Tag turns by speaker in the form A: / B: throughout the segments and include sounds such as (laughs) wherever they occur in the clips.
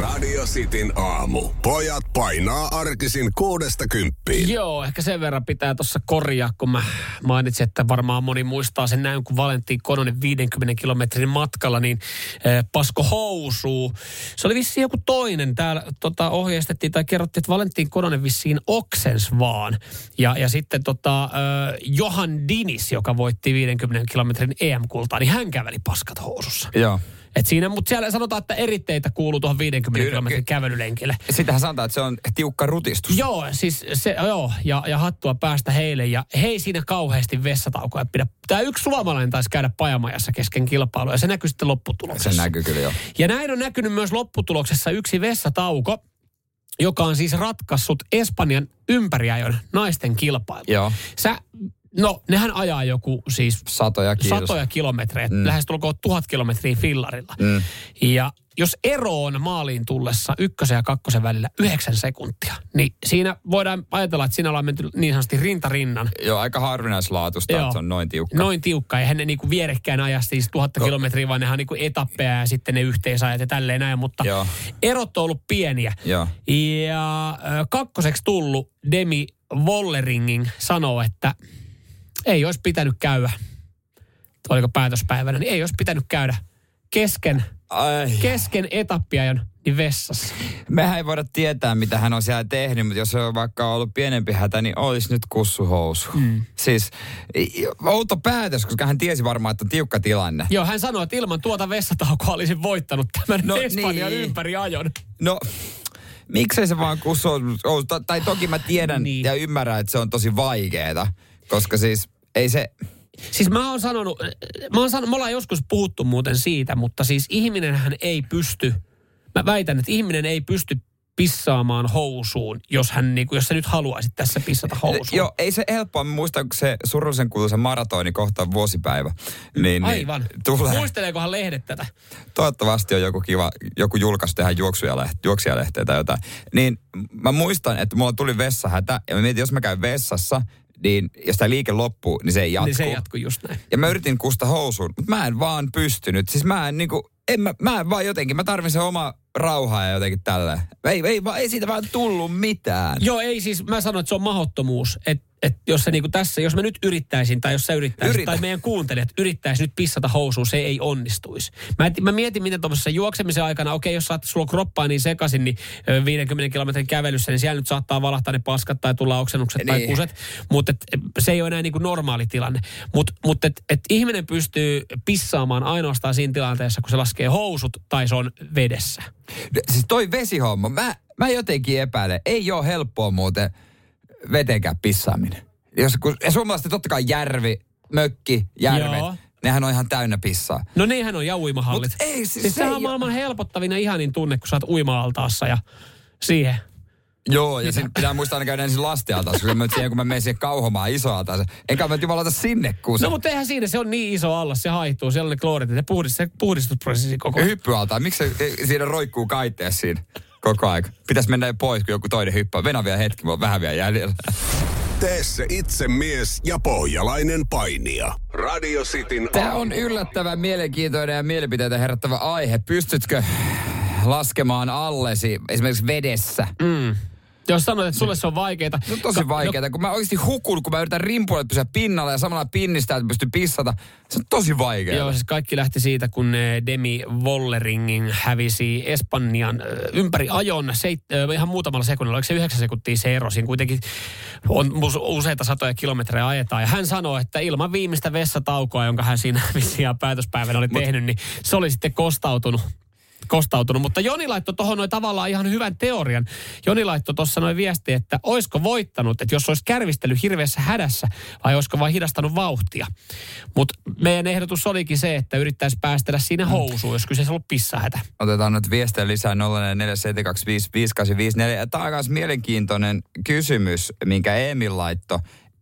A: Radio Cityn aamu. Pojat painaa arkisin kuudesta kymppiin.
B: Joo, ehkä sen verran pitää tuossa korjaa, kun mä mainitsin, että varmaan moni muistaa sen näin, kun Valentin Kononen 50 kilometrin matkalla, niin eh, pasko housuu. Se oli vissiin joku toinen. Täällä tota, ohjeistettiin tai kerrottiin, että Valentin Kononen vissiin oksens vaan. Ja, ja sitten tota, eh, Johan Dinis, joka voitti 50 kilometrin EM-kultaa, niin hän käveli paskat housussa.
C: Joo.
B: Et siinä, mutta siellä sanotaan, että eritteitä kuuluu tuohon 50
C: Kyllä,
B: kilometrin kävelylenkille.
C: Sitähän sanotaan, että se on tiukka rutistus.
B: Joo, siis se, joo, ja, ja hattua päästä heille, ja he ei siinä kauheasti vessataukoja pidä. Tämä yksi suomalainen taisi käydä pajamajassa kesken kilpailua, ja se näkyy sitten
C: Se
B: lopputuloksessa.
C: näkyy kyllä jo.
B: Ja näin on näkynyt myös lopputuloksessa yksi vessatauko, joka on siis ratkaissut Espanjan ympäriajon naisten kilpailu.
C: Joo.
B: Sä, no, nehän ajaa joku siis
C: Satoja kiitos.
B: satoja kilometrejä, mm.
C: Mm.
B: lähes tulkoon tuhat kilometriä fillarilla.
C: Mm.
B: Ja jos ero on maaliin tullessa ykkösen ja kakkosen välillä yhdeksän sekuntia, niin siinä voidaan ajatella, että siinä ollaan menty niin sanotusti rintarinnan.
C: Joo, aika harvinaislaatuista,
B: Joo.
C: että se on noin tiukka.
B: Noin tiukka. Eihän ne niinku vierekkäin aja siis tuhatta
C: Ko-
B: kilometriä, vaan nehän on niinku etappeja ja sitten ne yhteisajat ja tälleen näin. Mutta
C: Joo.
B: erot on ollut pieniä.
C: Joo.
B: Ja ö, kakkoseksi tullut Demi Wolleringin sanoo, että ei olisi pitänyt käydä, oliko päätöspäivänä, niin ei olisi pitänyt käydä kesken,
C: Ai.
B: kesken etappiajon niin vessassa.
C: Mehän ei voida tietää, mitä hän on siellä tehnyt, mutta jos se on vaikka ollut pienempi hätä, niin olisi nyt kussuhousu. Mm. Siis i- outo päätös, koska hän tiesi varmaan, että on tiukka tilanne.
B: Joo, hän sanoi, että ilman tuota vessataukoa olisin voittanut tämän no,
C: No
B: Espanjan niin.
C: niin.
B: ympäri ajon.
C: No, miksei se vaan kussuhousu? Ta- Tai toki mä tiedän
B: Niin.
C: niin. ja ymmärrän, että se on tosi vaikeeta, koska siis ei se...
B: Siis mä oon sanonut, mä oon sanonut, me ollaan joskus puhuttu muuten siitä, mutta siis ihminenhän ei pysty, mä väitän, että ihminen ei pysty pissaamaan housuun, jos hän niinku, jos sä nyt haluaisit tässä pissata housuun.
C: Eh, Joo, ei se helppoa. Mä muistan, kun se surullisen kuuluisa maratoni kohta on vuosipäivä. Niin,
B: Aivan.
C: Niin, tulee.
B: Muisteleekohan lehdet tätä?
C: toivottavasti on joku kiva, joku julkaisu tehdä juoksujaleht- juoksijalehteä tai jotain. Niin mä muistan, että mulla tuli vessahätä ja mä mietin, jos mä käyn vessassa, niin jos tämä liike loppuu, niin se ei jatku.
B: Niin se jatkuu just näin.
C: ja mä yritin kusta housuun, mutta mä en vaan pystynyt. Siis mä en niinku, en mä, mä en vaan jotenkin, mä tarvin sen oma rauhaa ja jotenkin tällä. Ei, ei, vaan- ei siitä vaan tullut mitään.
B: Joo, ei siis, mä sanoin, että se on mahottomuus. Että et jos se niinku tässä, jos mä nyt yrittäisin, tai jos sä yrittäisit, Yritä.
C: Yritä.
B: tai meidän kuuntelijat yrittäisi nyt pissata housuun, se ei onnistuisi. Mä, et, mä mietin, miten tuossa juoksemisen aikana, okei, jos saat sulla kroppaa niin sekaisin, niin ö, 50 kilometrin kävelyssä, niin siellä nyt saattaa valahtaa ne paskat tai tulla oksennukset niin. tai
C: Niin.
B: kuset. Mutta se ei ole enää niinku normaali tilanne. Mutta mut et, et ihminen pystyy pissaamaan ainoastaan siinä tilanteessa, kun se laskee housut tai se on vedessä.
C: Siis toi vesihomma, mä, mä jotenkin epäilen. Ei ole helppoa muuten vetenkään pissaaminen. Jos, kun, ja suomalaiset totta kai järvi, mökki, järvet,
B: Joo.
C: Joo. nehän on ihan täynnä pissaa.
B: No niinhän on, ja uimahallit.
C: Mut ei, siis
B: siis
C: se
B: sehän
C: ei
B: on
C: oo-
B: maailman helpottavin ja ihanin tunne, kun sä oot uima-altaassa ja siihen.
C: Joo, ja sitten pitää muistaa aina käydä ensin lastealtaassa, kun mä nyt siihen, kun mä menen siihen kauhomaan isoaltaassa. Enkä mä nyt jumalata sinne kuusi.
B: No
C: No,
B: mutta eihän siinä, se on niin iso allas, se haihtuu, siellä on ne kloorit, ja puhdist, se puhdistusprosessi koko ajan.
C: Hyppyaltaa, miksi se e, siinä roikkuu kaiteessa siinä koko aika? Pitäisi mennä jo pois, kun joku toinen hyppää. Venä vielä hetki, mulla on vähän vielä jäljellä.
A: Tee se itse mies ja pohjalainen painija. Radio Cityn
C: Tämä
A: aamu.
C: on yllättävän mielenkiintoinen ja mielipiteitä herättävä aihe. Pystytkö laskemaan allesi esimerkiksi vedessä? Mm.
B: Jos sanot, että sulle se on vaikeeta.
C: No tosi vaikeaa, kun mä oikeasti hukun, kun mä yritän rimpuilla pysyä pinnalla ja samalla pinnistää, että pystyy pissata. Se on tosi vaikeaa.
B: Joo, siis kaikki lähti siitä, kun eh, Demi Wolleringin hävisi Espanjan eh, ympäri ajon seit, eh, ihan muutamalla sekunnilla. Oliko se yhdeksän sekuntia se ero? Siinä kuitenkin on mus- useita satoja kilometrejä ajetaan. Ja hän sanoi, että ilman viimeistä vessataukoa, jonka hän siinä vissiin päätöspäivänä oli tehnyt, niin se oli sitten kostautunut kostautunut. Mutta Joni laittoi tuohon noin tavallaan ihan hyvän teorian. Joni laittoi tuossa noin viesti, että oisko voittanut, että jos olisi kärvistely hirveässä hädässä, vai olisiko vain hidastanut vauhtia. Mutta meidän ehdotus olikin se, että yrittäisi päästellä siinä housuun, jos kyseessä on ollut pissahätä.
C: Otetaan nyt viestejä lisää 0447255854. Tämä on myös mielenkiintoinen kysymys, minkä Emil laittoi.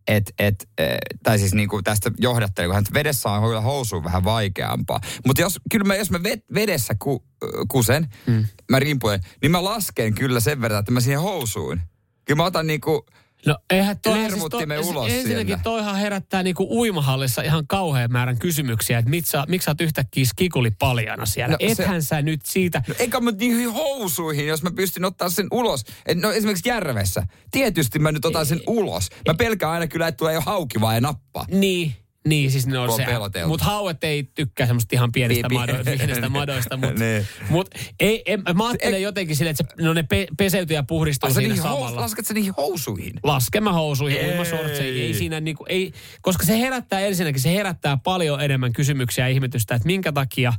C: Et, et, eh, tai siis niinku tästä johdattelee, kun hän vedessä on kyllä housuun vähän vaikeampaa. Mutta jos, kyllä mä, jos mä ved, vedessä ku, ö, kusen, mm. mä rimpujen, niin mä lasken kyllä sen verran, että mä siihen housuun. Kyllä mä otan niinku,
B: No eihän toi,
C: Lermutti me ulos
B: ensinnäkin
C: sieltä.
B: toihan herättää niinku uimahallissa ihan kauhean määrän kysymyksiä, että miksi sä, miksi sä oot yhtäkkiä skikuli paljana siellä.
C: No
B: No,
C: se-
B: Ethän sä nyt siitä,
C: No, Eikä mä niihin housuihin, jos mä pystyn ottaa sen ulos. Et No esimerkiksi järvessä. Tietysti mä nyt otan sen ulos. Mä pelkään aina kyllä, että tulee jo hauki vaan ja nappaa.
B: Niin, niin siis ne on
C: Kun on
B: se.
C: peloteltu.
B: Mutta hauet ei tykkää semmoista ihan pienistä,
C: Pi- pi-
B: mado, pienistä madoista. Mutta
C: (laughs) Niin.
B: mut, ei, en, mä ajattelen jotenkin silleen, että se, no ne pe, peseytyy ja puhdistuu
C: Ai sä
B: siinä
C: niihin hous,
B: samalla.
C: lasket sä niihin housuihin?
B: Laskemahousuihin,
C: Ei.
B: uimasortseihin, ei siinä niinku, ei, koska se herättää ensinnäkin, se herättää paljon enemmän kysymyksiä ja ihmetystä, että minkä takia,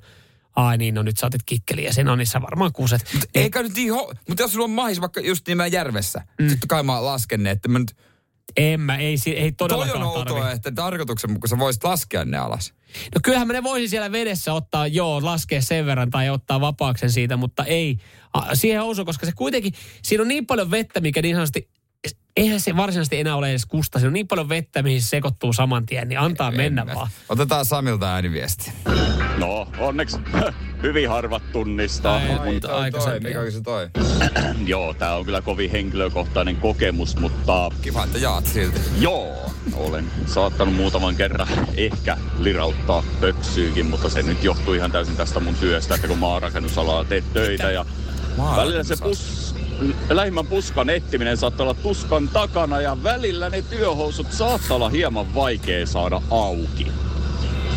B: ai niin, no nyt saatit kikkeliä, sen on niissä varmaan kuuset.
C: Eikä nyt niin ho- Mutta jos sulla on mahis vaikka just nimellä järvessä, mm. totta kai mä lasken ne, että mä nyt...
B: En mä, ei, si- ei
C: Toi
B: todellakaan
C: on
B: tarvitse.
C: outoa, että tarkoituksen mukaan sä voisit laskea ne alas.
B: No kyllähän mä ne voisin siellä vedessä ottaa, joo, laskea sen verran tai ottaa vapaaksen siitä, mutta ei a, siihen osu, koska se kuitenkin, siinä on niin paljon vettä, mikä niin sanotusti, eihän se varsinaisesti enää ole edes kusta. Siinä on niin paljon vettä, mihin se sekoittuu saman tien, niin antaa mennä vaan.
C: Otetaan Samilta ääniviesti.
D: No, onneksi (laughs) hyvin harvat tunnistaa.
B: Ai,
D: Mut-
B: mutta aikaisempi.
C: Mikä se toi?
D: Joo, tää on kyllä kovin henkilökohtainen kokemus, mutta
C: Kiva, että jaat silti.
D: joo, olen saattanut muutaman kerran ehkä lirauttaa pöksyykin, mutta se nyt johtuu ihan täysin tästä mun työstä, että kun maarakennusalalla teet töitä ja välillä se pus, lähimmän puskan etsiminen saattaa olla tuskan takana ja välillä ne työhousut saattaa olla hieman vaikea saada auki.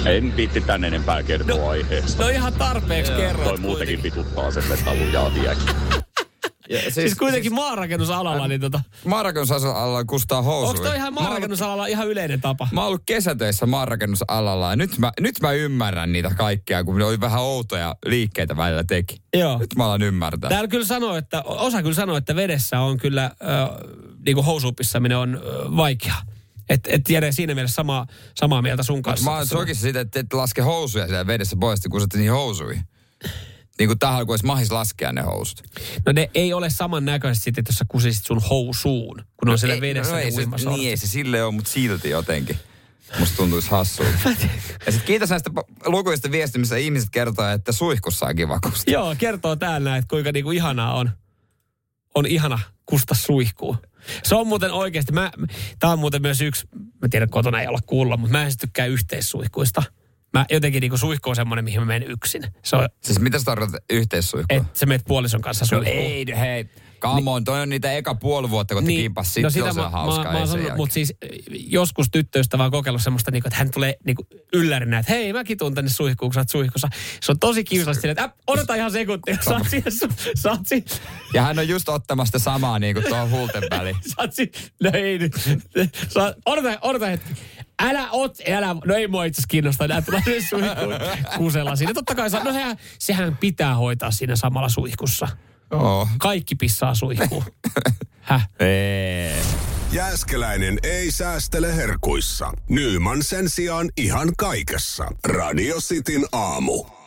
D: En viitti tän enempää kertoa aiheesta.
B: No ihan tarpeeksi
D: Toi
B: kerroit
D: muutenkin
B: kuitenkin.
D: vituttaa se metalluja
C: Ja, siis,
B: Siis kuitenkin maanrakennusalalla, niin tota,
C: Maanrakennusalalla kustaa housuja.
B: onko toi ihan maanrakennusalalla ihan yleinen tapa?
C: Mä oon ollut kesätöissä maanrakennusalalla ja nyt mä, nyt mä ymmärrän niitä kaikkia, kun ne oli vähän outoja liikkeitä välillä teki.
B: Joo.
C: Nyt mä alan ymmärtää.
B: Täällä kyllä sanoo, että, osa kyllä sanoo, että vedessä on kyllä, äh, niin kuin housuupissaminen on äh, vaikeaa. Et, et tiedä siinä mielessä samaa, samaa mieltä sun kanssa.
C: Mä oon sokissa siitä, että et laske housuja siellä vedessä pois, kun sä niihin housuihin. Niin kuin tähän, kun olisi mahis laskea ne housut.
B: No ne ei ole samannäköiset sitten, että jos sä kusisit sun housuun, kun on siellä
C: Ei,
B: vedessä
C: no ei
B: ne
C: se,
B: uimasortsit.
C: Niin ei se sille ole, mutta silti jotenkin. Musta tuntuisi (laughs) hassulta. Ja sit kiitos näistä po- lukuista viestistä, missä ihmiset kertoo, että suihkussa on kiva kusta.
B: Joo, kertoo täällä, että kuinka niinku ihanaa on, on ihana kusta suihkuu. Se on muuten oikeasti, mä, tää on muuten myös yksi, mä tiedän kotona ei olla kuulla, mutta mä en siis tykkää yhteissuihkuista. Mä jotenkin niinku suihku on semmoinen, mihin mä menen yksin. Se on,
C: Siis mitä sä tarkoitat yhteissuihkua?
B: että sä menet puolison kanssa
C: No
B: suihkuun.
C: ei, hei. Come on, toi on niitä eka puoli vuotta, kun niin, kimpas sitten no sitä on se hauskaa.
B: mä, mä, mä mutta siis äh, joskus tyttöistä vaan kokeillut semmoista, niinku, että hän tulee niinku, yllärinä, että hei mäkin tuun tänne suihkuun, kun sä oot suihkussa. Se on tosi kiusallista silleen, että äp, odota ihan sekuntia, sä oot siinä, su- sä oot siinä,
C: Ja hän on just ottamassa sitä samaa niin kuin tuohon huulten väliin.
B: sä oot siinä, no ei nyt, sä oot, odota, odota hetki. Älä ot, älä, no ei mua itse asiassa kiinnosta enää tulla sinne suihkuun
C: (laughs)
B: kusella siinä. Totta kai, sä- no sehän, sehän pitää hoitaa siinä samalla suihkussa.
C: (laughs) Joo.
B: Kaikki pissaa suihkuun.
C: (laughs)
B: Häh?
C: Ei.
A: Jääskeläinen ei säästele herkuissa. Nyman sen sijaan ihan kaikessa. Radio Cityn aamu.